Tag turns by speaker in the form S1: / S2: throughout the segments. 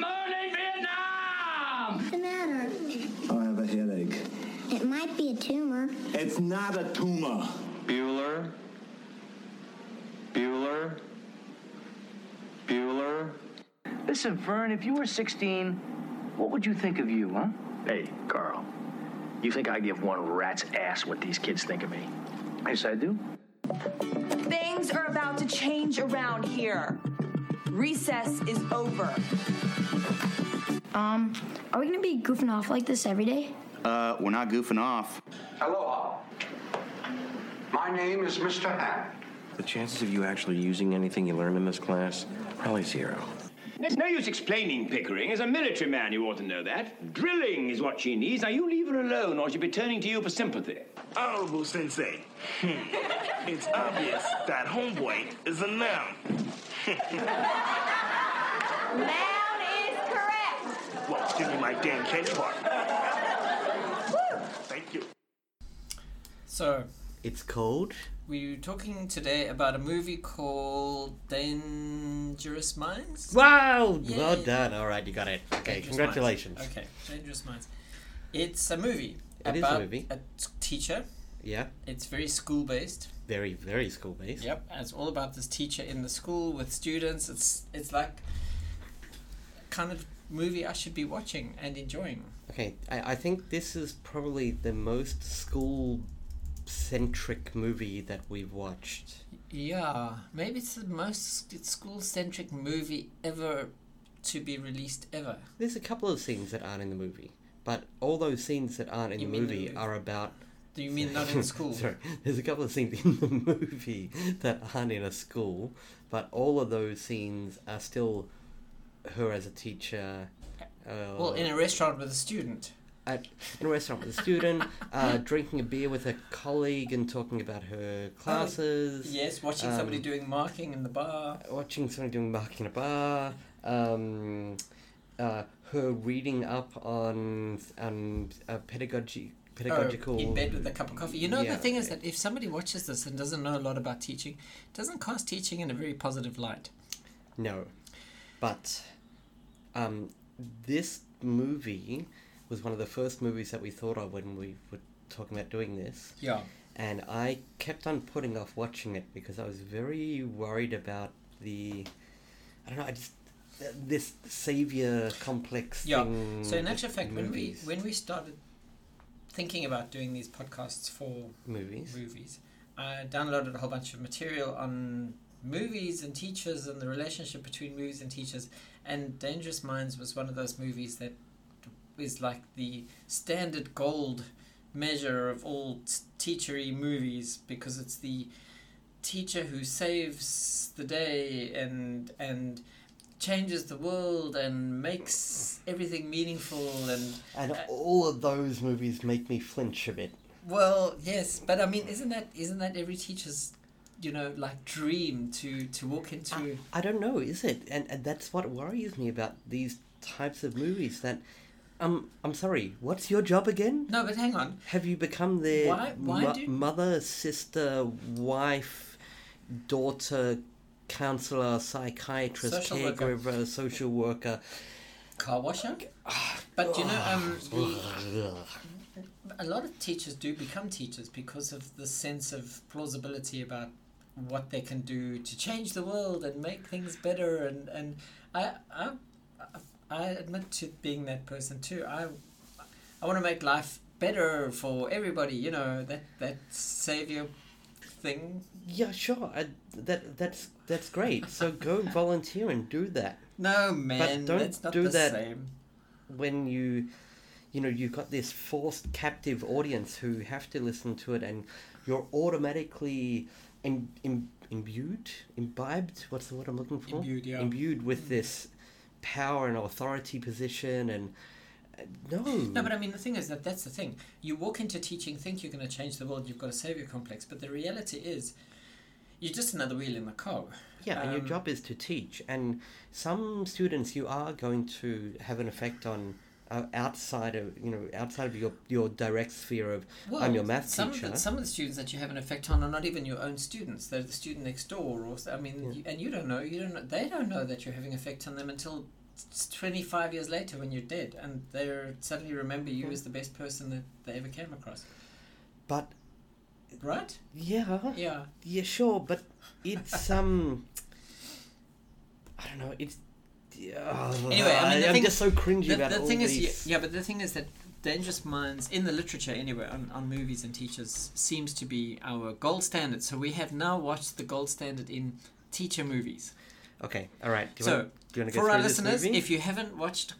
S1: morning, Vietnam!
S2: the matter?
S3: I have a headache.
S2: It might be a tumor.
S3: It's not a tumor.
S4: Bueller. Bueller. Bueller.
S5: Listen, Vern, if you were 16, what would you think of you, huh?
S6: Hey, Carl, you think I give one rat's ass what these kids think of me?
S5: Yes, I do.
S7: Things are about to change around here. Recess is over.
S8: Um, are we gonna be goofing off like this every day?
S9: Uh, we're not goofing off.
S10: Aloha. My name is Mr. Hammond.
S11: The chances of you actually using anything you learned in this class, probably zero.
S1: There's no use explaining, Pickering. As a military man, you ought to know that. Drilling is what she needs. Now, you leave her alone, or she'll be turning to you for sympathy.
S12: Honorable Sensei, hmm. it's obvious that homeboy is a noun.
S7: Noun is correct.
S12: well, give me my damn candy bar.
S7: Woo.
S12: Thank you.
S13: So,
S14: It's called.
S13: we were talking today about a movie called Dangerous Minds?
S14: Wow!
S13: Yeah,
S14: well
S13: yeah,
S14: done. All right, you got it. Okay,
S13: Dangerous
S14: congratulations.
S13: Minds. Okay, Dangerous Minds. It's a movie.
S14: It is a
S13: about
S14: movie.
S13: A t- teacher.
S14: Yeah,
S13: It's very school based.
S14: very, very school based.
S13: Yep, and it's all about this teacher in the school with students. It's it's like kind of movie I should be watching and enjoying.
S14: Okay, I, I think this is probably the most school centric movie that we've watched.
S13: Yeah, maybe it's the most school centric movie ever to be released ever.
S14: There's a couple of scenes that aren't in the movie, but all those scenes that aren't in
S13: You
S14: the
S13: mean the
S14: movie
S13: movie.
S14: are about.
S13: Do you mean not in school?
S14: Sorry, there's a couple of scenes in the movie that aren't in a school, but all of those scenes are still her as a teacher. Uh,
S13: Well, in a restaurant with a student.
S14: at, in a restaurant with a student, uh, drinking a beer with a colleague and talking about her classes.
S13: Oh, Yes, watching
S14: um,
S13: somebody doing marking in the bar.
S14: watching somebody doing marking in a bar. Um, uh, her reading up on um, uh, pedagogy pedagogical.
S13: Oh, in bed with a cup of coffee. You know,
S14: Yeah.
S13: the thing is that if somebody watches this and doesn't know a lot about teaching, it doesn't cast teaching in a very positive light.
S14: No, but um, this movie was one of the first movies that we thought of when we were talking about doing this.
S13: Yeah.
S14: and I kept on putting off watching it because I was very worried about the, I don't know, I just th- this savior complex
S13: Yeah.
S14: thing.
S13: So in actual
S14: with
S13: fact, when we
S14: movies.
S13: when we started thinking about doing these podcasts for
S14: movies,
S13: movies, I downloaded a whole bunch of material on movies and teachers and the relationship between movies and teachers. And Dangerous Minds was one of those movies that is like the standard gold measure of all t- teachery movies because it's the teacher who saves the day and and changes the world and makes everything meaningful and
S14: and all of those movies make me flinch a bit.
S13: well, yes, but I mean, isn't that isn't that every teacher's, you know, like dream to to walk into?
S14: I don't know, is it? And, and that's what worries me about these types of movies. That, um, I'm sorry, what's your job again?
S13: No, but hang on.
S14: Have you become their
S13: Why- why
S14: mo-
S13: do-
S14: mother, sister, wife, daughter, counselor, psychiatrist,
S13: Social worker.
S14: caregiver, social worker?
S13: Car washer. But you know, um, the, a lot of teachers do become teachers because of the sense of plausibility about what they can do to change the world and make things better. And and I I I admit to being that person too. I I want to make life better for everybody. You know that that savior thing
S14: Yeah, sure. I, that that's that's great. So go volunteer and do that.
S13: No, man,
S14: don't
S13: that's not
S14: do
S13: the
S14: that.
S13: same.
S14: when you you know you've got this forced captive audience who have to listen to it and you're automatically Im- Im- imbued imbibed what's the word i'm looking for
S13: Imbued, yeah.
S14: imbued with this power and authority position and uh, no
S13: No, but I mean, the thing is that that's the thing. You walk into teaching, think you're going to change the world, you've got a savior complex, but the reality is, you're just another wheel in the car.
S14: yeah and your
S13: Um,
S14: job is to teach and some students you are going to have an effect on uh, outside of you know outside of your your direct sphere of i'm your math
S13: some
S14: teacher
S13: Of the, some of the students that you have an effect on are not even your own students. They're the student next door, or s- I mean, you, and you don't know. You don't. Know, they don't know that you're having effect on them until it's 25 years later when you're dead and they suddenly remember you as the best person that they ever came across.
S14: But.
S13: Right?
S14: Yeah.
S13: Yeah.
S14: Yeah, sure, but it's, um. I don't know, it's. Yeah,
S13: anyway, I mean, the
S14: I'm
S13: thing,
S14: just so cringy
S13: the,
S14: about
S13: the
S14: all
S13: thing
S14: these.
S13: is, yeah, yeah, but the thing is that Dangerous Minds in the literature, anyway, on, on movies and teachers, seems to be our gold standard. So we have now watched the gold standard in teacher movies.
S14: Okay, all right. Do you
S13: so
S14: wanna, do you wanna go
S13: for our
S14: through this
S13: listeners,
S14: movie?
S13: if you haven't watched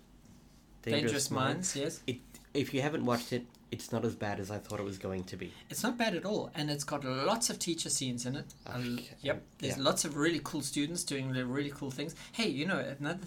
S13: Dangerous, Minds, yes,
S14: It, if you haven't watched it, it's not as bad as I thought it was going to be.
S13: It's not bad at all, and it's got lots of teacher scenes in it. A l- Yep, there's
S14: yeah.
S13: lots of really cool students doing the really cool things. Hey, you know, another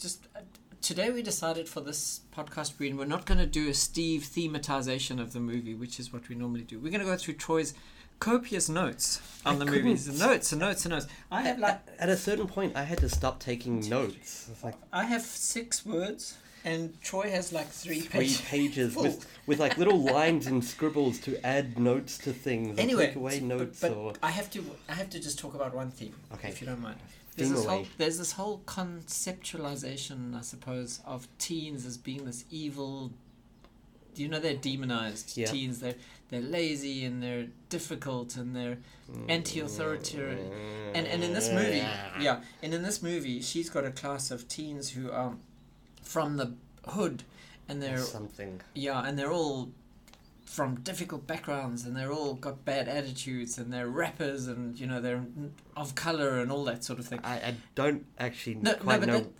S13: just uh, today we decided for this podcast, Breen, we're not going to do a Steve thematization of the movie, which is what we normally do. We're going to go through Troy's copious notes on
S14: I
S13: the movies,
S14: couldn't.
S13: notes and notes and notes. I have like
S14: At a certain point, I had to stop taking notes. It's like
S13: I have six words, and Troy has like three,
S14: three
S13: pages.
S14: pages
S13: full.
S14: with, with like little lines and scribbles to add notes to things. or
S13: anyway,
S14: take away
S13: but-
S14: notes
S13: but,
S14: or
S13: I have to I have to just talk about one theme,
S14: Okay.
S13: if you don't mind. There's
S14: Theme
S13: this,
S14: away.
S13: whole, there's this whole conceptualization, I suppose, of teens as being this evil. You know, they're demonized
S14: Yeah.
S13: teens. They're they're lazy and they're difficult and they're
S14: Mm.
S13: anti-authoritarian. And and in this movie, yeah, and in this movie, she's got a class of teens who are from the hood, and they're
S14: something.
S13: yeah, and they're all from difficult backgrounds, and they're all got bad attitudes, and they're rappers, and you know they're of color and all that sort of thing.
S14: I, I don't actually
S13: No, no,
S14: quite
S13: but
S14: know
S13: that-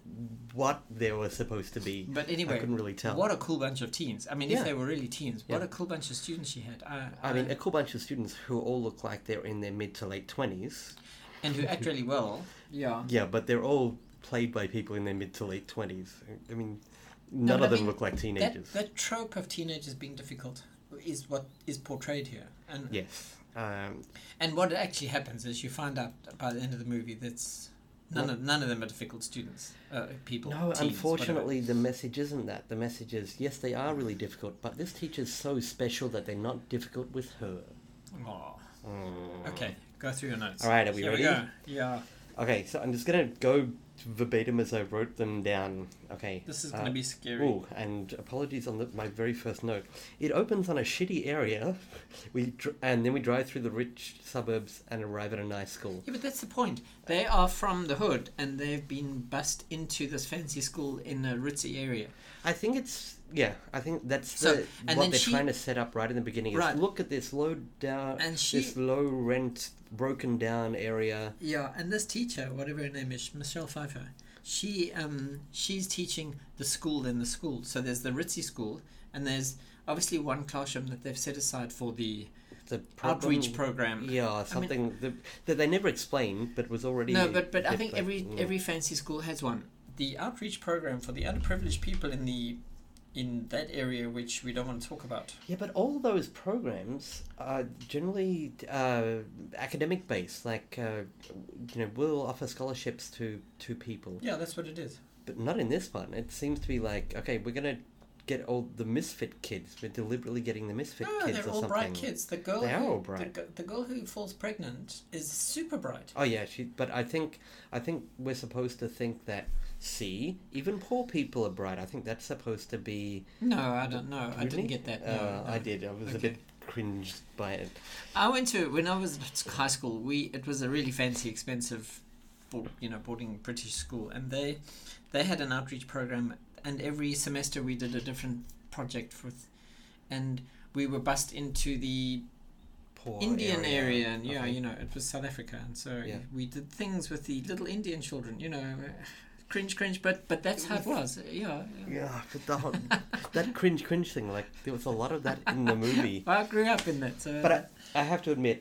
S14: what they were supposed to be.
S13: But anyway,
S14: I couldn't really tell.
S13: What a cool bunch of teens! I mean,
S14: Yeah.
S13: if they were really teens, what
S14: Yeah.
S13: a cool bunch of students she had. Uh, I,
S14: I mean, a cool bunch of students who all look like they're in their mid to late twenties.
S13: and who act really well. Yeah.
S14: Yeah, but they're all played by people in their mid to late twenties. I mean,
S13: No,
S14: none
S13: but
S14: of
S13: I
S14: them
S13: mean,
S14: look like
S13: that-
S14: teenagers.
S13: That, trope of teenagers being difficult is what is portrayed here, and
S14: Yes. Um,
S13: and what actually happens is you find out by the end of the movie that's none of none of them are difficult students, uh, people.
S14: no,
S13: teens, whatever.
S14: unfortunately, the message isn't that. The message is yes, they are really difficult, but this teacher's so special that they're not difficult with her.
S13: Aw.
S14: Mm.
S13: Okay, go through your notes.
S14: All right, are we
S13: Here
S14: ready?
S13: go. Yeah.
S14: Okay, so I'm just gonna go verbatim as I wrote them down. Okay. uh,
S13: This is gonna be scary.
S14: Ooh, and apologies on the, my very first note. It opens on a shitty area, we dr- and then we drive through the rich suburbs and arrive at a nice school.
S13: Yeah, but that's the point. They are from the hood and they've been bussed into this fancy school in a ritzy area.
S14: I think it's yeah. I think that's
S13: So,
S14: the,
S13: and
S14: what
S13: then
S14: they're
S13: she-
S14: trying to set up right in the beginning. Is
S13: Right.
S14: Look at this low down,
S13: And
S14: this
S13: she-
S14: low rent, broken down area.
S13: Yeah, and this teacher, whatever her name is, Michelle Pfeiffer, she um she's teaching the school in the school. So there's the ritzy school and there's obviously one classroom that they've set aside for the
S14: The
S13: outreach program.
S14: Yeah, something that, that they never explained, but was already
S13: No, but but I think
S14: like,
S13: every
S14: mm.
S13: every fancy school has one. The outreach program for the underprivileged people in the in that area, which we don't want to talk about.
S14: Yeah, but all those programs are generally uh, academic based. Like, uh, you know, we'll offer scholarships to to people,
S13: Yeah, that's what it is.
S14: but not in this one. It seems to be like, okay, we're gonna get all the misfit kids. We're deliberately getting the misfit
S13: No,
S14: kids
S13: Ah, they're
S14: or
S13: all
S14: something.
S13: bright kids. The girl
S14: They are
S13: who,
S14: all
S13: The,
S14: bright.
S13: g- the girl who falls pregnant is super bright.
S14: Oh yeah, she. But I think I think we're supposed to think that. See, even poor people are bright. I think that's supposed to be.
S13: No, I don't know. I
S14: Really?
S13: didn't get that. No,
S14: Uh,
S13: no.
S14: I did. I was a
S13: Okay.
S14: bit cringed by it.
S13: I went to when I was at high school. We it was a really fancy, expensive, board, you know, boarding British school, and they they had an outreach program, and every semester we did a different project for, th- and we were bussed into the
S14: Poor
S13: Indian
S14: area.
S13: area, and yeah,
S14: Okay.
S13: you know, it was South Africa, and so
S14: Yeah.
S13: we did things with the little Indian children, you know, cringe, cringe, but but that's how it was, yeah.
S14: Yeah, but that, whole- that cringe cringe thing, like there was a lot of that in the movie.
S13: I grew up in that, so
S14: But I, I have to admit,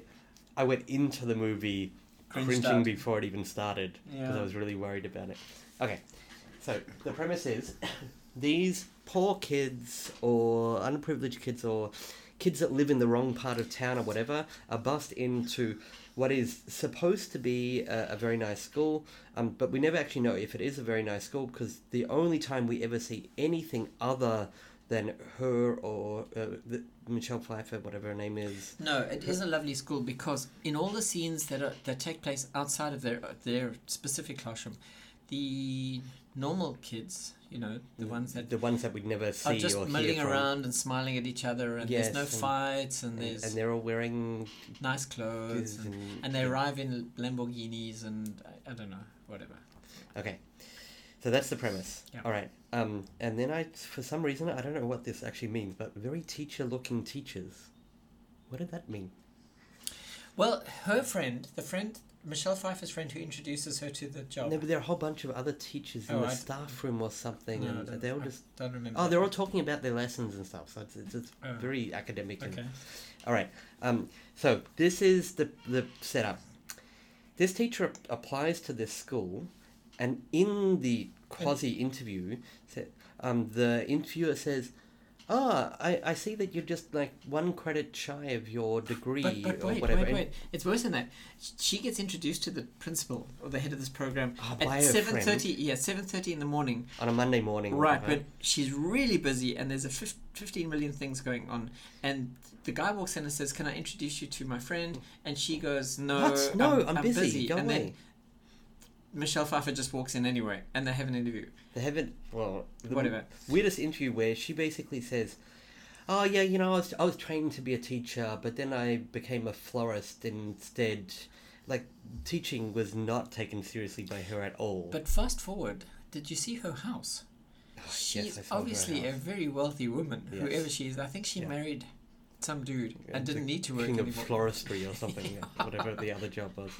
S14: I went into the movie
S13: Cringed
S14: cringing
S13: out.
S14: before it even started because
S13: Yeah.
S14: I was really worried about it. Okay, so the premise is these poor kids or unprivileged kids or kids that live in the wrong part of town or whatever are bussed into what is supposed to be a, a very nice school, um, but we never actually know if it is a very nice school because the only time we ever see anything other than her or uh, the, Michelle Pfeiffer, whatever her name is.
S13: No, it is a lovely school because in all the scenes that are, that take place outside of their their specific classroom, the normal kids, you know, the ones that
S14: the ones that we'd never see
S13: are just
S14: or hear
S13: milling
S14: from.
S13: around and smiling at each other, and
S14: Yes,
S13: there's no
S14: and-
S13: fights, and, there's
S14: and they're all wearing
S13: nice clothes,
S14: good
S13: and,
S14: and-
S13: and they arrive in Lamborghinis, and I, I don't know, whatever.
S14: Okay. So that's the premise.
S13: Yeah.
S14: All right. Um, and then I, for some reason, I don't know what this actually means, but very teacher looking teachers. What did that mean?
S13: Well, her friend, the friend Michelle Pfeiffer's friend who introduces her to the job.
S14: No, but there are a whole bunch of other teachers in
S13: Oh,
S14: the
S13: I d-
S14: staff room or something,
S13: No, I
S14: and
S13: don't-
S14: they all
S13: I
S14: just
S13: don't remember
S14: Oh,
S13: that
S14: they're all talking about their lessons and stuff, so it's it's, it's
S13: Oh.
S14: very academic. and-
S13: Okay.
S14: all right. Um, so this is the the setup. This teacher ap- applies to this school, and in the quasi interview, sa- um, the interviewer says. Ah, I, I see that you're just like one credit shy of your degree
S13: But, but
S14: or
S13: wait,
S14: whatever.
S13: wait,
S14: And-
S13: wait! It's worse than that. She gets introduced to the principal or the head of this program
S14: Ah, by
S13: at
S14: her
S13: seven
S14: friend.
S13: thirty. Yeah, seven thirty in the morning.
S14: On a Monday morning.
S13: Right,
S14: uh-huh.
S13: but she's really busy, and there's a fif- fifteen million things going on. And the guy walks in and says, "Can I introduce you to my friend?" And she goes, "No,
S14: What? No, I'm busy. Go
S13: and
S14: away.
S13: then Michelle Pfeiffer just walks in anyway, and they have an interview.
S14: They haven't. Well, the
S13: Whatever.
S14: Weirdest interview where she basically says, "Oh yeah, you know, I was I was trained to be a teacher, but then I became a florist instead. Like teaching was not taken seriously by her at all."
S13: But fast forward, did you see her house? She's
S14: Oh, I saw her
S13: obviously a
S14: house.
S13: very wealthy woman,
S14: Yes.
S13: whoever she is. I think she married some dude and
S14: The
S13: didn't need to work
S14: king of
S13: anymore.
S14: floristry or something, yeah, whatever the other job was.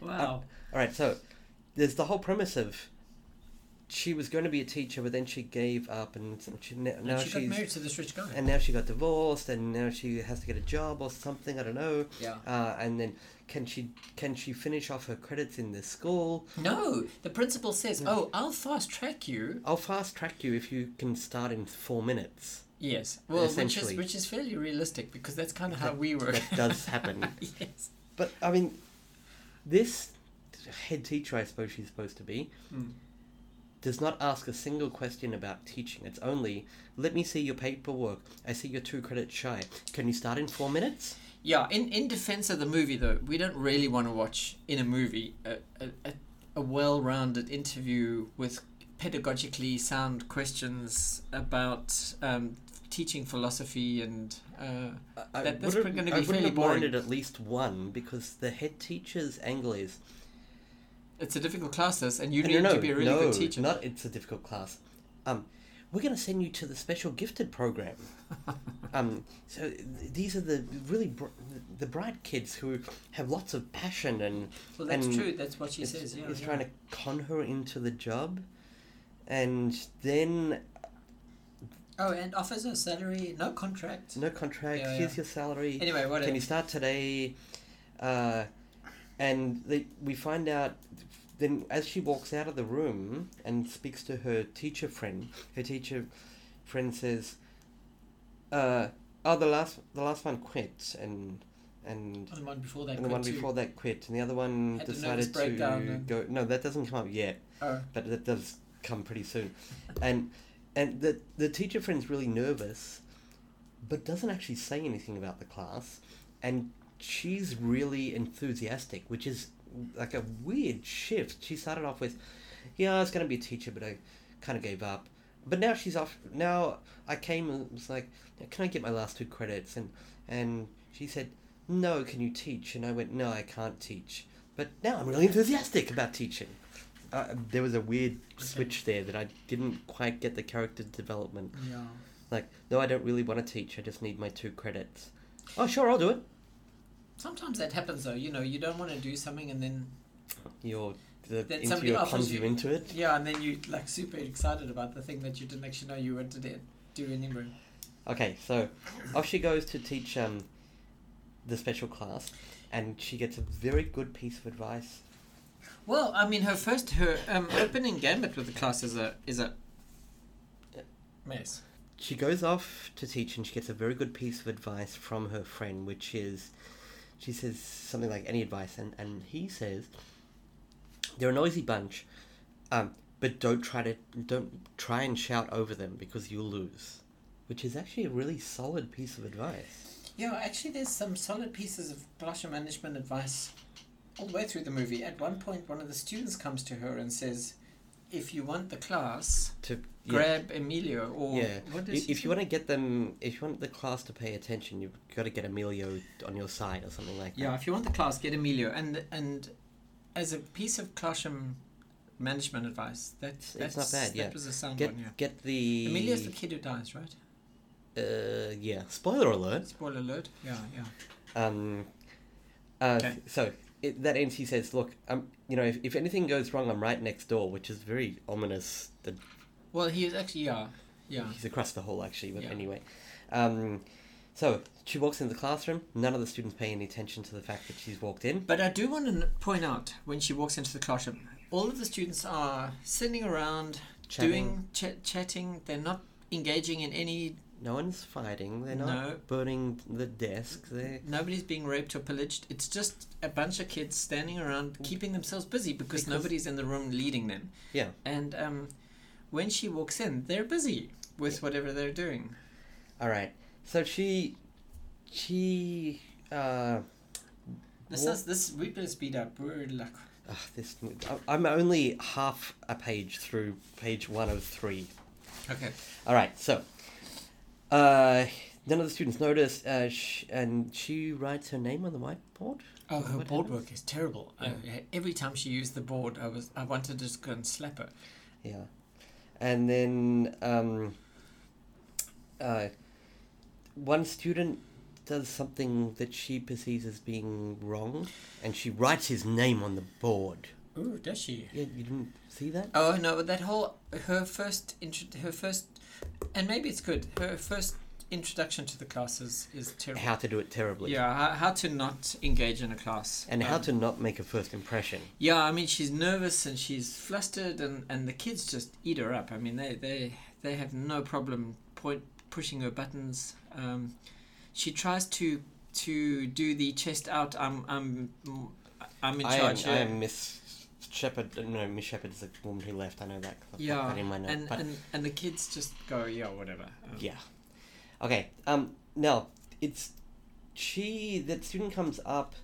S13: Wow.
S14: all right, so there's the whole premise of. She was going to be a teacher, but then she gave up, and she, now, now
S13: and she got
S14: she's
S13: married to this rich guy.
S14: and now she got divorced and now she has to get a job or something i don't know
S13: Yeah.
S14: uh, and then can she can she finish off her credits in this school
S13: no, the principal
S14: Mm.
S13: says, "Oh, I'll fast track you."
S14: i'll fast track you if you can start in four minutes
S13: Yes, well, which is
S14: Essentially.
S13: which is fairly realistic because that's kind of how we work.
S14: that does happen
S13: yes.
S14: but i mean this head teacher i suppose she's supposed to be
S13: Mm.
S14: does not ask a single question about teaching. It's only, let me see your paperwork. I see you're two credits shy. Can you start in four minutes?
S13: Yeah, in, in defense of the movie, though, we don't really want to watch in a movie a, a, a, a well rounded interview with pedagogically sound questions about um, teaching philosophy, and uh,
S14: I
S13: that, that's
S14: would've-
S13: going to
S14: I
S13: be
S14: wouldn't
S13: fairly
S14: have
S13: boring.
S14: minded at least one because the head teacher's angle is
S13: It's a difficult class, this, and you
S14: And
S13: need
S14: no,
S13: to be a really
S14: no,
S13: good teacher.
S14: Not it's a difficult class. Um, we're going to send you to the special gifted program. um, so th- these are the really br- the bright kids who have lots of passion and.
S13: Well, that's
S14: and
S13: true. That's what she
S14: is-
S13: says, yeah,
S14: is
S13: yeah.
S14: trying to con her into the job, and then
S13: Oh, and offers a salary, no contract.
S14: no contract.
S13: Yeah,
S14: here's
S13: yeah.
S14: your salary.
S13: Anyway, what
S14: can
S13: a-
S14: you start today? Uh, and they, we find out then as she walks out of the room and speaks to her teacher friend. Her teacher friend says, uh, "Oh, the last the last one quit, and and."
S13: And the one before that.
S14: and the one before that quit, and the other one
S13: Had a nervous
S14: decided
S13: breakdown
S14: to
S13: and-
S14: go. No, that doesn't come up yet,
S13: Oh.
S14: but that does come pretty soon, and and the the teacher friend's really nervous, but doesn't actually say anything about the class, and she's really enthusiastic, which is like a weird shift. She started off with, "Yeah, I was going to be a teacher, but I kind of gave up." But now she's off. Now I came and was like, "Can I get my last two credits?" And and she said, "No, can you teach?" And I went, "No, I can't teach." But now I'm really enthusiastic about teaching. Uh, there was a weird switch there that I didn't quite get the character development.
S13: Yeah.
S14: Like, no, I don't really want to teach. I just need my two credits. Oh, sure, I'll do it.
S13: Sometimes that happens, though. You know, you don't want to do something, and then
S14: Your the
S13: Then somebody
S14: interviewer
S13: offers
S14: comes you
S13: you-
S14: into it.
S13: Yeah, and then you like super excited about the thing that you didn't actually know you wanted to do anyway.
S14: Okay, so off she goes to teach um, the special class, and she gets a very good piece of advice.
S13: Well, I mean, her first her um, opening gambit with the class is a is a mess.
S14: She goes off to teach, and she gets a very good piece of advice from her friend, which is, she says something like any advice, and, and he says, they're a noisy bunch, um, but don't try to don't try and shout over them because you'll lose, which is actually a really solid piece of advice.
S13: Yeah, actually, there's some solid pieces of classroom management advice all the way through the movie. At one point, one of the students comes to her and says, if you want the class
S14: To- yeah.
S13: grab Emilio or
S14: yeah.
S13: what
S14: I-
S13: is
S14: If you want to get them, if you want the class to pay attention, you've got to get Emilio on your side or something like that.
S13: Yeah, if you want the class, get Emilio. And and as a piece of classroom management advice, that,
S14: It's-
S13: that's
S14: it's not bad. Yeah.
S13: That was a sound
S14: get
S13: one. Yeah.
S14: get the
S13: Emilio's the kid who dies, right?
S14: Uh, yeah. Spoiler alert.
S13: Spoiler alert. Yeah, yeah.
S14: Um, uh, So it, that ends. He says, "Look, um, you know, if, if anything goes wrong, I'm right next door," which is very ominous. That
S13: Well, he is actually yeah, yeah.
S14: he's across the hall, actually. But
S13: Yeah.
S14: anyway, um, so she walks into the classroom. None of the students pay any attention to the fact that she's walked in.
S13: But I do want to point out when she walks into the classroom, all of the students are sitting around, doing ch- chatting. They're not engaging in any.
S14: No one's fighting. They're not
S13: No.
S14: burning the desk. They're
S13: Nobody's being raped or pillaged. It's just a bunch of kids standing around, keeping themselves busy because,
S14: Because-
S13: nobody's in the room leading them.
S14: yeah.
S13: And um, when she walks in, they're busy with whatever they're doing.
S14: All right. So she, she, uh,
S13: This
S14: Wha-
S13: is this. We better speed up. We're like
S14: ugh, Ah, this. I- I'm only half a page through page one of three.
S13: okay.
S14: All right. So, uh, none of the students notice, uh, sh- and she writes her name on the whiteboard.
S13: Oh, her
S14: What
S13: board
S14: happens?
S13: work is terrible. I, every time she used the board, I was I wanted to just go and slap her.
S14: Yeah. And then um, uh, one student does something that she perceives as being wrong, and she writes his name on the board.
S13: Ooh, does she?
S14: Yeah, you didn't see that?
S13: Oh no, but that whole her first intro, her first, and maybe it's good. Her first introduction to the classes is terrible.
S14: How to do it terribly.
S13: Uh, yeah, how, how to not engage in a class
S14: And how
S13: Um,
S14: to not make a first impression.
S13: Yeah, I mean she's nervous and she's flustered, and, and the kids just eat her up. I mean they they they have no problem point pushing her buttons. Um, she tries to to do the chest out. I'm I'm I'm in
S14: I am,
S13: charge.
S14: I
S13: here.
S14: am Miss Shepherd. No, Miss Shepherd's the woman who left. I know that. 'cause I've got
S13: yeah,
S14: that in my note,
S13: and,
S14: but-
S13: and and the kids just go yeah whatever. Um,
S14: Yeah. Okay. Um. Now it's she. That student comes up.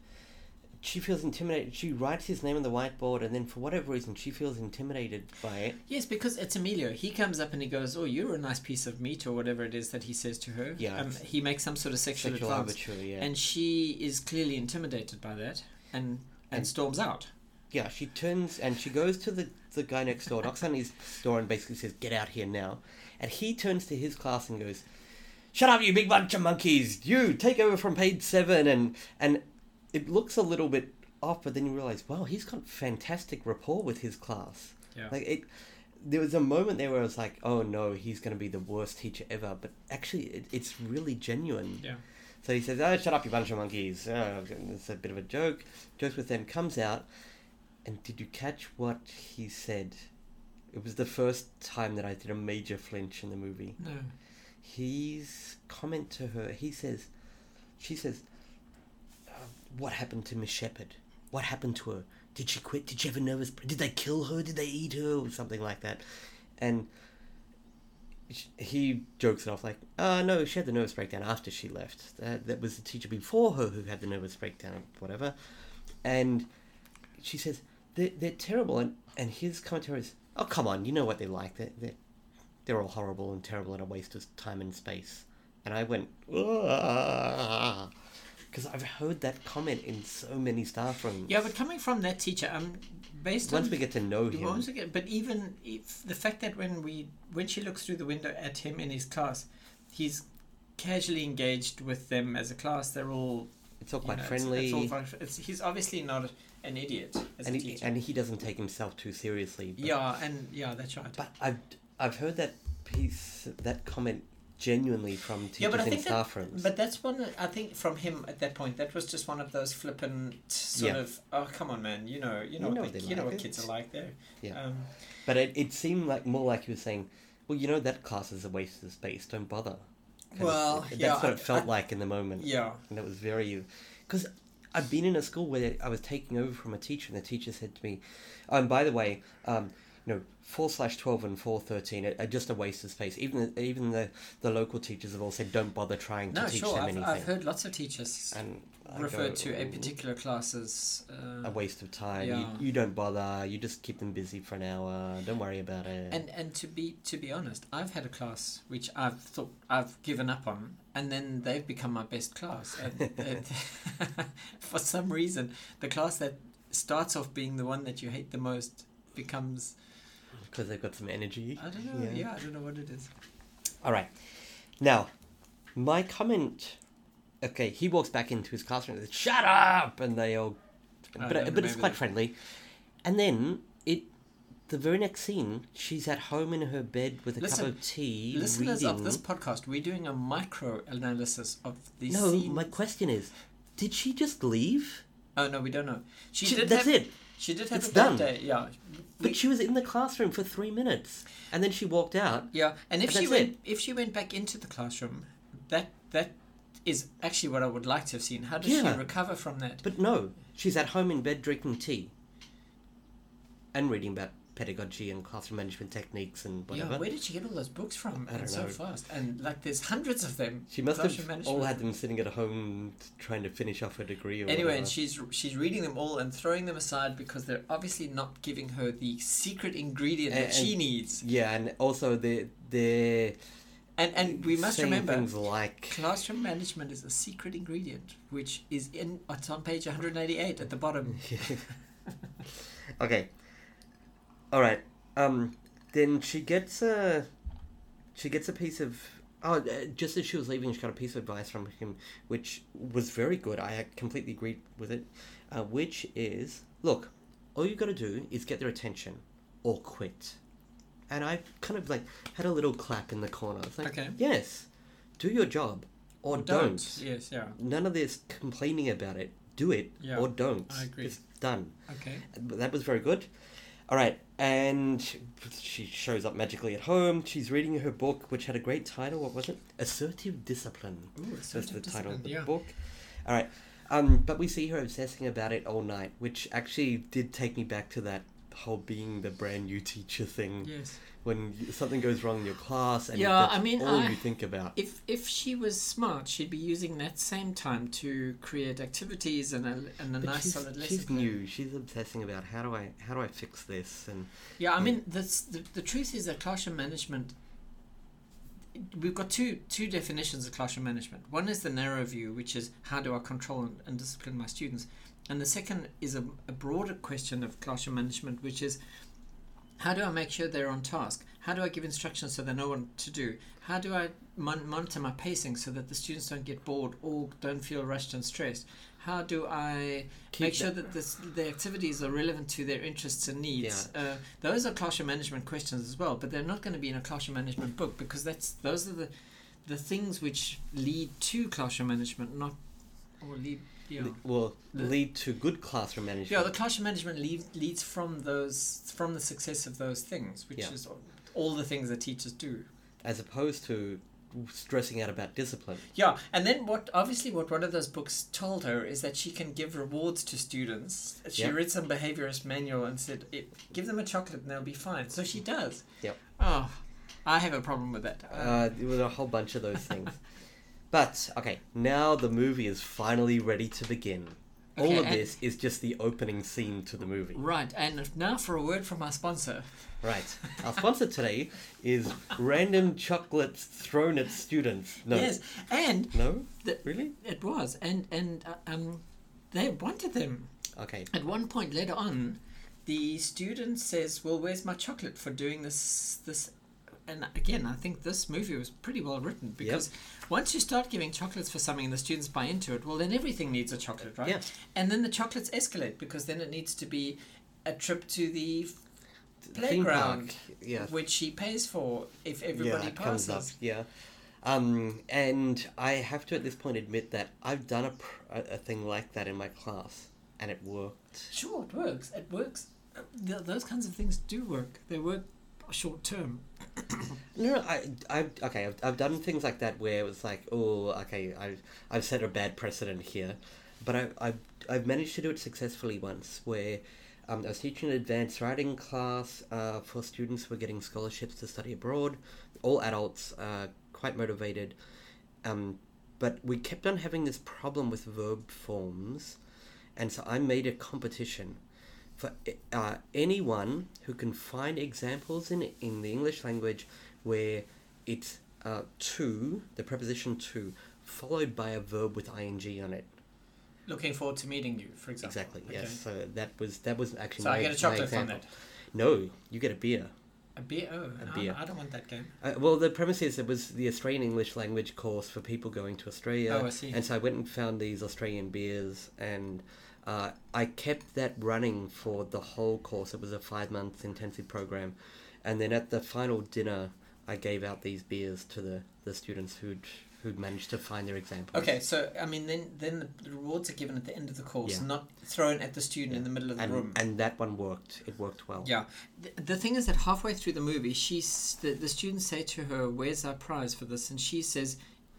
S14: She feels intimidated. She writes his name on the whiteboard, and then for whatever reason, she feels intimidated by it.
S13: Yes, because it's Emilio. He comes up and he goes, "Oh, you're a nice piece of meat," or whatever it is that he says to her.
S14: Yeah.
S13: Um, he makes some sort of sexual,
S14: Sexual
S13: advance,
S14: overture, yeah.
S13: and she is clearly intimidated by that, and and,
S14: And-
S13: storms out.
S14: Yeah. She turns and she goes to the the guy next door, knocks on his door, and basically says, "Get out here now." And he turns to his class and goes, "Shut up, you big bunch of monkeys! You take over from page seven and and it looks a little bit off, but then you realize, wow, he's got fantastic rapport with his class.
S13: Yeah.
S14: Like it, there was a moment there where I was like, oh no, he's going to be the worst teacher ever. But actually, it, it's really genuine.
S13: Yeah.
S14: So he says, oh, shut up, you bunch of monkeys. Oh, it's a bit of a joke. Jokes with them comes out. And did you catch what he said? It was the first time that I did a major flinch in the movie
S13: No.
S14: his comment to her he says she says uh, what happened to miss shepherd what happened to her did she quit did she ever know us did they kill her did they eat her or something like that and sh- he jokes it off like oh no she had the nervous breakdown after she left that, that was the teacher before her who had the nervous breakdown or whatever and she says they're, they're terrible and, and his commentary is oh come on you know what they're like they're, they're they're all horrible and terrible and a waste of time and space. And I went, because I've heard that comment in so many staff rooms.
S13: Yeah, but coming from that teacher, um, based
S14: once
S13: on
S14: we get to know
S13: The
S14: him,
S13: ones again, but even if the fact that when we when she looks through the window at him in his class, he's casually engaged with them as a class. They're all
S14: It's all
S13: you
S14: quite
S13: know, It's,
S14: friendly.
S13: it's all, fun- it's, he's obviously not an idiot as
S14: and
S13: a
S14: he,
S13: teacher.
S14: and he doesn't take himself too seriously. but
S13: yeah, and yeah, that's right.
S14: I've I've heard that piece, that comment, genuinely from teachers in staff
S13: that,
S14: rooms.
S13: But that's one. I think from him at that point, that was just one of those flippant sort
S14: Yeah.
S13: of. Oh come on, man! You know, you know, what, they-
S14: they're
S13: you know
S14: like.
S13: what kids are like there.
S14: Yeah.
S13: Um,
S14: but it, it seemed like more like he was saying, well, you know, that class is a waste of space. Don't bother. Kind of-
S13: Well,
S14: that's
S13: yeah,
S14: what
S13: I-
S14: it felt
S13: I-
S14: like in the moment.
S13: Yeah.
S14: and it was very, because I've been in a school where I was taking over from a teacher, and the teacher said to me, "Oh, and by the way, um, you know, four slash twelve and four thirteen are, are just a waste of space. Even even the, the local teachers have all said don't bother trying to
S13: No,
S14: teach
S13: sure.
S14: them
S13: I've,
S14: anything.
S13: I've heard lots of teachers
S14: And I
S13: refer
S14: go,
S13: to a
S14: "Mm,
S13: particular class as uh,
S14: a waste of time.
S13: yeah.
S14: You, you don't bother. You just keep them busy for an hour. Don't worry about it.
S13: And and to be to be honest, I've had a class which I've thought I've given up on, and then they've become my best class. And, uh, for some reason, the class that starts off being the one that you hate the most becomes
S14: because they've got some energy.
S13: I don't know. Yeah. I don't know what it is.
S14: All right. Now, my comment. Okay, he walks back into his classroom and says, "Shut up!" and they all,
S13: I
S14: but
S13: don't
S14: but it's
S13: remember
S14: quite
S13: that.
S14: friendly. And then it, the very next scene, she's at home in her bed with a cup of tea,
S13: listeners
S14: reading.
S13: of this podcast, we're doing a micro analysis of the
S14: no,
S13: scene.
S14: my question is, did she just leave?
S13: Oh no, we don't know. She,
S14: She-
S13: did.
S14: that's
S13: have,
S14: it.
S13: She did have
S14: It's
S13: a bad
S14: done.
S13: day. Yeah.
S14: But she was in the classroom for three minutes, and then she walked out.
S13: Yeah, and if she
S14: that's
S13: went,
S14: it.
S13: if she went back into the classroom, that that is actually what I would like to have seen. How does
S14: Yeah.
S13: she recover from that?
S14: But no, she's at home in bed drinking tea and reading about pedagogy and classroom management techniques and whatever.
S13: Yeah, where did she get all those books from?
S14: I don't
S13: and so
S14: know.
S13: fast, and like there's hundreds of them.
S14: she must
S13: Classroom
S14: have
S13: management.
S14: all had them sitting at home t- trying to finish off her degree or
S13: Anyway,
S14: whatever.
S13: and she's she's reading them all and throwing them aside because they're obviously not giving her the secret ingredient
S14: A-
S13: that she
S14: and-
S13: needs.
S14: Yeah, and also the the
S13: And and we must
S14: saying
S13: remember
S14: things like
S13: classroom management is a secret ingredient, which is in it's on page 188 at the bottom.
S14: okay, all right. Um, then she gets a she gets a piece of oh, uh, just as she was leaving, she got a piece of advice from him, which was very good. I completely agreed with it, uh, which is look, all you got to do is get their attention or quit. And I kind of like had a little clap in the corner. It's like,
S13: Okay.
S14: yes, do your job or, don't.
S13: Yes, yeah.
S14: None of this complaining about it. Do it
S13: Yeah,
S14: or don't.
S13: I agree.
S14: It's done.
S13: Okay.
S14: But That was very good. All right, and she shows up magically at home. She's reading her book, which had a great title. What was it? Assertive Discipline.
S13: Ooh,
S14: That's the
S13: Assertive
S14: title of
S13: Discipline,
S14: the
S13: yeah.
S14: book. All right, um, but we see her obsessing about it all night, which actually did take me back to that whole being the brand new teacher thing.
S13: Yes.
S14: When you- something goes wrong in your class, and
S13: Yeah,
S14: that's
S13: I mean,
S14: all
S13: I-
S14: you think about.
S13: If if she was smart, she'd be using that same time to create activities and a, and a
S14: But
S13: nice
S14: she's,
S13: solid lesson.
S14: she's new. She's obsessing about how do I how do I fix this and
S13: Yeah, I mean, that's, the, the truth is that classroom management. We've got two two definitions of classroom management. One is the narrow view, which is how do I control and, and discipline my students, and the second is a, a broader question of classroom management, which is how do I make sure they're on task? How do I give instructions so they know what to do? How do I mon- monitor my pacing so that the students don't get bored or don't feel rushed and stressed? How do I
S14: Keep
S13: make sure
S14: the-
S13: that this, the activities are relevant to their interests and needs?
S14: Yeah.
S13: Uh, those are classroom management questions as well, but they're not going to be in a classroom management book because that's those are the the things which lead to classroom management, not or lead. Yeah.
S14: will
S13: The-
S14: lead to good classroom management.
S13: Yeah, the classroom management leads leads from those from the success of those things, which
S14: Yeah.
S13: is all the things that teachers do.
S14: as opposed to stressing out about discipline.
S13: Yeah, and then what? Obviously, what one of those books told her is that she can give rewards to students. She
S14: Yeah.
S13: read some behaviorist manual and said, it, "Give them a chocolate and they'll be fine." So she does.
S14: Yep.
S13: Oh, I have a problem with that.
S14: Uh, there was a whole bunch of those things. but okay, now the movie is finally ready to begin.
S13: Okay,
S14: All of
S13: and-
S14: this is just the opening scene to the movie.
S13: right, and now for a word from our sponsor.
S14: Right. Our sponsor today is random chocolates thrown at students. No.
S13: Yes, and
S14: No?
S13: the-
S14: Really?
S13: it was, and and uh, um, they wanted them.
S14: Okay.
S13: At one point later on, the student says, "Well, where's my chocolate for doing this?" This, and again, I think this movie was pretty well written because once you start giving chocolates for something and the students buy into it, well, then everything needs a chocolate, right?
S14: Yeah.
S13: And then the chocolates escalate because then it needs to be a trip to the f-
S14: Theme
S13: playground,
S14: park, yeah.
S13: which she pays for if everybody
S14: yeah, it
S13: passes.
S14: comes up. Yeah. Um, and I have to at this point admit that I've done a, pr- a, a thing like that in my class, and it worked.
S13: Sure, it works. It works. Uh, th- those kinds of things do work. They work short term.
S14: No, no, I, I, okay, I've, I've done things like that where it was like, oh, okay, I, I've set a bad precedent here, but I, I've, I've managed to do it successfully once where Um, I was teaching an advanced writing class uh, for students who were getting scholarships to study abroad, all adults, uh, quite motivated. Um, but we kept on having this problem with verb forms, and so I made a competition for uh, anyone who can find examples in, in the English language where it's uh, to, the preposition to, followed by a verb with ing on it.
S13: Looking forward to meeting you, for example.
S14: Exactly. Yes. So that was that was actually.
S13: So I
S14: my-
S13: get a
S14: my
S13: chocolate from
S14: example.
S13: that.
S14: No, you get a beer.
S13: A beer? Oh, no,
S14: beer.
S13: I don't want that game.
S14: Uh, well, the premise is it was the Australian English language course for people going to Australia.
S13: Oh, I see.
S14: And so I went and found these Australian beers, and uh, I kept that running for the whole course. It was a five month intensive program. And then at the final dinner, I gave out these beers to the, the students who'd, who'd managed to find their examples.
S13: Okay, so I mean, then then the rewards are given at the end of the course,
S14: Yeah.
S13: not thrown at the student in the middle of the
S14: And,
S13: room.
S14: and that one worked. It worked well.
S13: Yeah. The, the thing is that halfway through the movie, she's the, the students say to her, "Where's our prize for this?" And she says,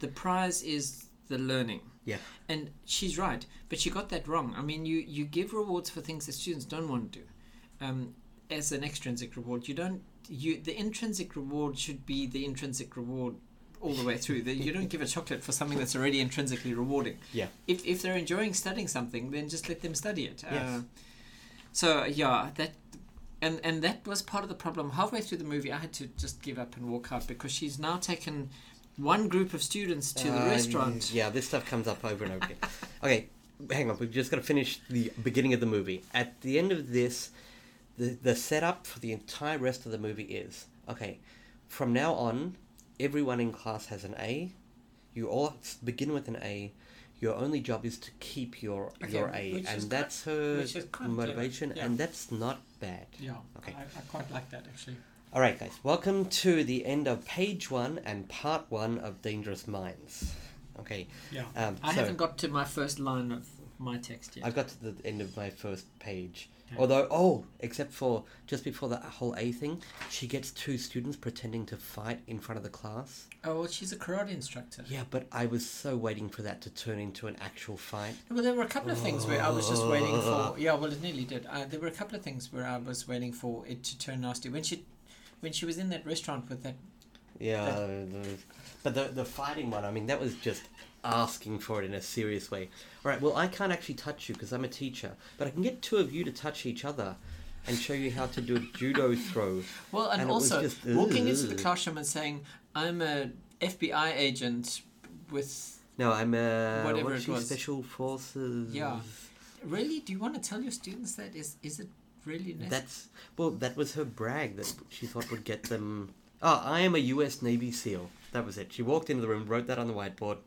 S13: "The prize is the learning."
S14: Yeah.
S13: And she's right, but she got that wrong. I mean, you you give rewards for things that students don't want to do, um, as an extrinsic reward. You don't. You the intrinsic reward should be the intrinsic reward all the way through. The, you don't give a chocolate for something that's already intrinsically rewarding.
S14: Yeah.
S13: If if they're enjoying studying something, then just let them study it. Uh,
S14: Yes.
S13: so yeah, that and and that was part of the problem. Halfway through the movie, I had to just give up and walk out because she's now taken one group of students to the
S14: Um,
S13: restaurant.
S14: Yeah, this stuff comes up over and over again. okay, hang on. We've just got to finish the beginning of the movie. At the end of this, the the setup for the entire rest of the movie is okay. From now on, everyone in class has an A. You all s- begin with an A. Your only job is to keep your
S13: Okay,
S14: your A,
S13: which is
S14: and
S13: quite-
S14: that's her
S13: which is quite clever,
S14: motivation,
S13: yeah.
S14: and that's not bad.
S13: Yeah,
S14: Okay.
S13: I, I quite like that actually.
S14: All right, guys. Welcome to the end of page one and part one of Dangerous Minds. Okay.
S13: Yeah,
S14: Um,
S13: I
S14: so-
S13: haven't got to my first line of my text yet.
S14: I've got to the end of my first page.
S13: Okay.
S14: Although, oh, except for just before that whole A thing, she gets two students pretending to fight in front of the class.
S13: Oh well, she's a karate instructor.
S14: Yeah, but I was so waiting for that to turn into an actual fight.
S13: Well, there were a couple of things where I was just waiting for. Yeah, well, it nearly did. Uh, there were a couple of things where I was waiting for it to turn nasty when she, when she was in that restaurant with that.
S14: Yeah, the- but the the fighting one, I mean, that was just asking for it in a serious way. All right, well, I can't actually touch you because I'm a teacher, but I can get two of you to touch each other, and show you how to do a judo throw.
S13: Well, and,
S14: it was
S13: also
S14: just,
S13: walking into the
S14: "Ugh."
S13: classroom and saying, "I'm a FBI agent," with
S14: No, I'm uh,
S13: Whatever
S14: what's
S13: it
S14: she,
S13: was.
S14: special forces.
S13: yeah, really? Do you want to tell your students that? Is is it really necessary?
S14: That's well, that was her brag that she thought would get them. Oh, I am a U.S. Navy SEAL. That was it. She walked into the room, wrote that on the whiteboard,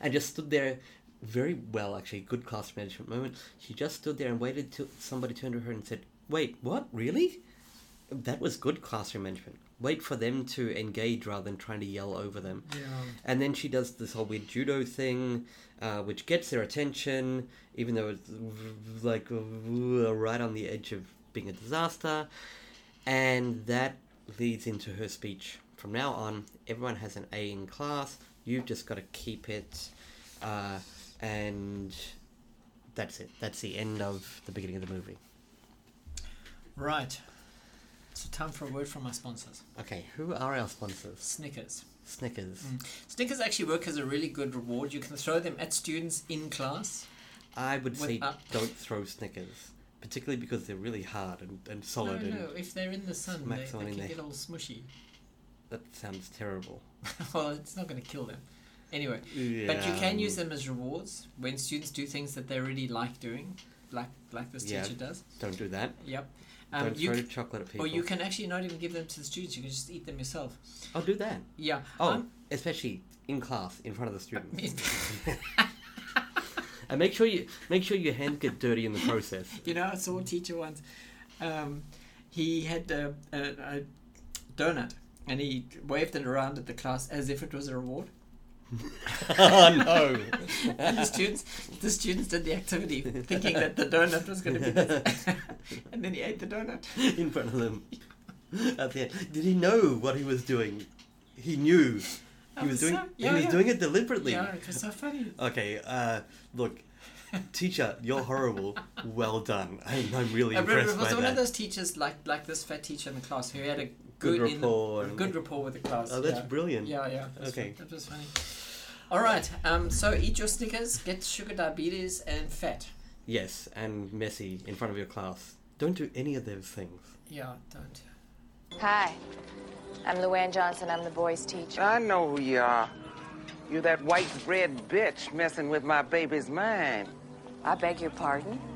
S14: and just stood there. Very well, actually, good class management moment. She just stood there and waited till somebody turned to her and said, "Wait, what? Really?" That was good classroom management. Wait for them to engage rather than trying to yell over them.
S13: Yeah.
S14: And then she does this whole weird judo thing, uh, which gets their attention, even though it's like right on the edge of being a disaster. And that leads into her speech. From now on, everyone has an A in class. You've just got to keep it. Uh, and that's it. That's the end of the beginning of the movie.
S13: Right. So time for a word from our sponsors.
S14: Okay, who are our sponsors?
S13: Snickers.
S14: Snickers.
S13: Snickers actually work as a really good reward. You can throw them at students in class.
S14: I would say
S13: Without-
S14: don't throw Snickers, particularly because they're really hard and, and solid.
S13: no,
S14: and
S13: no. If they're in the sun,
S14: Oh, smack
S13: they,
S14: someone
S13: they
S14: in
S13: can
S14: there.
S13: get all smushy.
S14: That sounds terrible.
S13: well, it's not going to kill them. Anyway, but you can
S14: Yeah.
S13: use them as rewards when students do things that they really like doing, like like this
S14: Yeah.
S13: teacher does.
S14: Don't do that.
S13: Yep. Um,
S14: Don't
S13: you
S14: throw
S13: c-
S14: chocolate at
S13: Or you
S14: people.
S13: can actually not even give them to the students. You can just eat them yourself.
S14: I'll do that.
S13: Yeah.
S14: Oh,
S13: I'm-
S14: especially in class, in front of the students. and make sure you make sure your hands get dirty in the process.
S13: you know, I saw a teacher once. Um, he had a, a, a donut and he waved it around at the class as if it was a reward.
S14: oh no!
S13: and the students, the students did the activity thinking that the donut was going to be this. and then he ate the donut.
S14: in front of them. At the end. Did he know what he was doing? He knew. He was doing.
S13: So- yeah,
S14: he was
S13: yeah.
S14: doing it deliberately.
S13: Yeah, it was so funny.
S14: Okay, uh, look, teacher, you're horrible. Well done. I'm, I'm really
S13: I remember
S14: impressed
S13: it was
S14: by
S13: one
S14: that.
S13: of those teachers, like like this fat teacher in the class, who had a
S14: Good
S13: good, in the-
S14: rapport and-
S13: good rapport with the class.
S14: Oh, that's
S13: yeah.
S14: brilliant.
S13: Yeah, yeah. That was-
S14: Okay.
S13: that was funny. All right. Um. So eat your Snickers, get sugar diabetes, and fat.
S14: Yes, and messy in front of your class. Don't do any of those things.
S13: Yeah. Don't.
S7: Hi, I'm Luann Johnson. I'm the boys' teacher.
S10: I know who you are. You that white bread bitch messing with my baby's mind.
S7: I beg your pardon?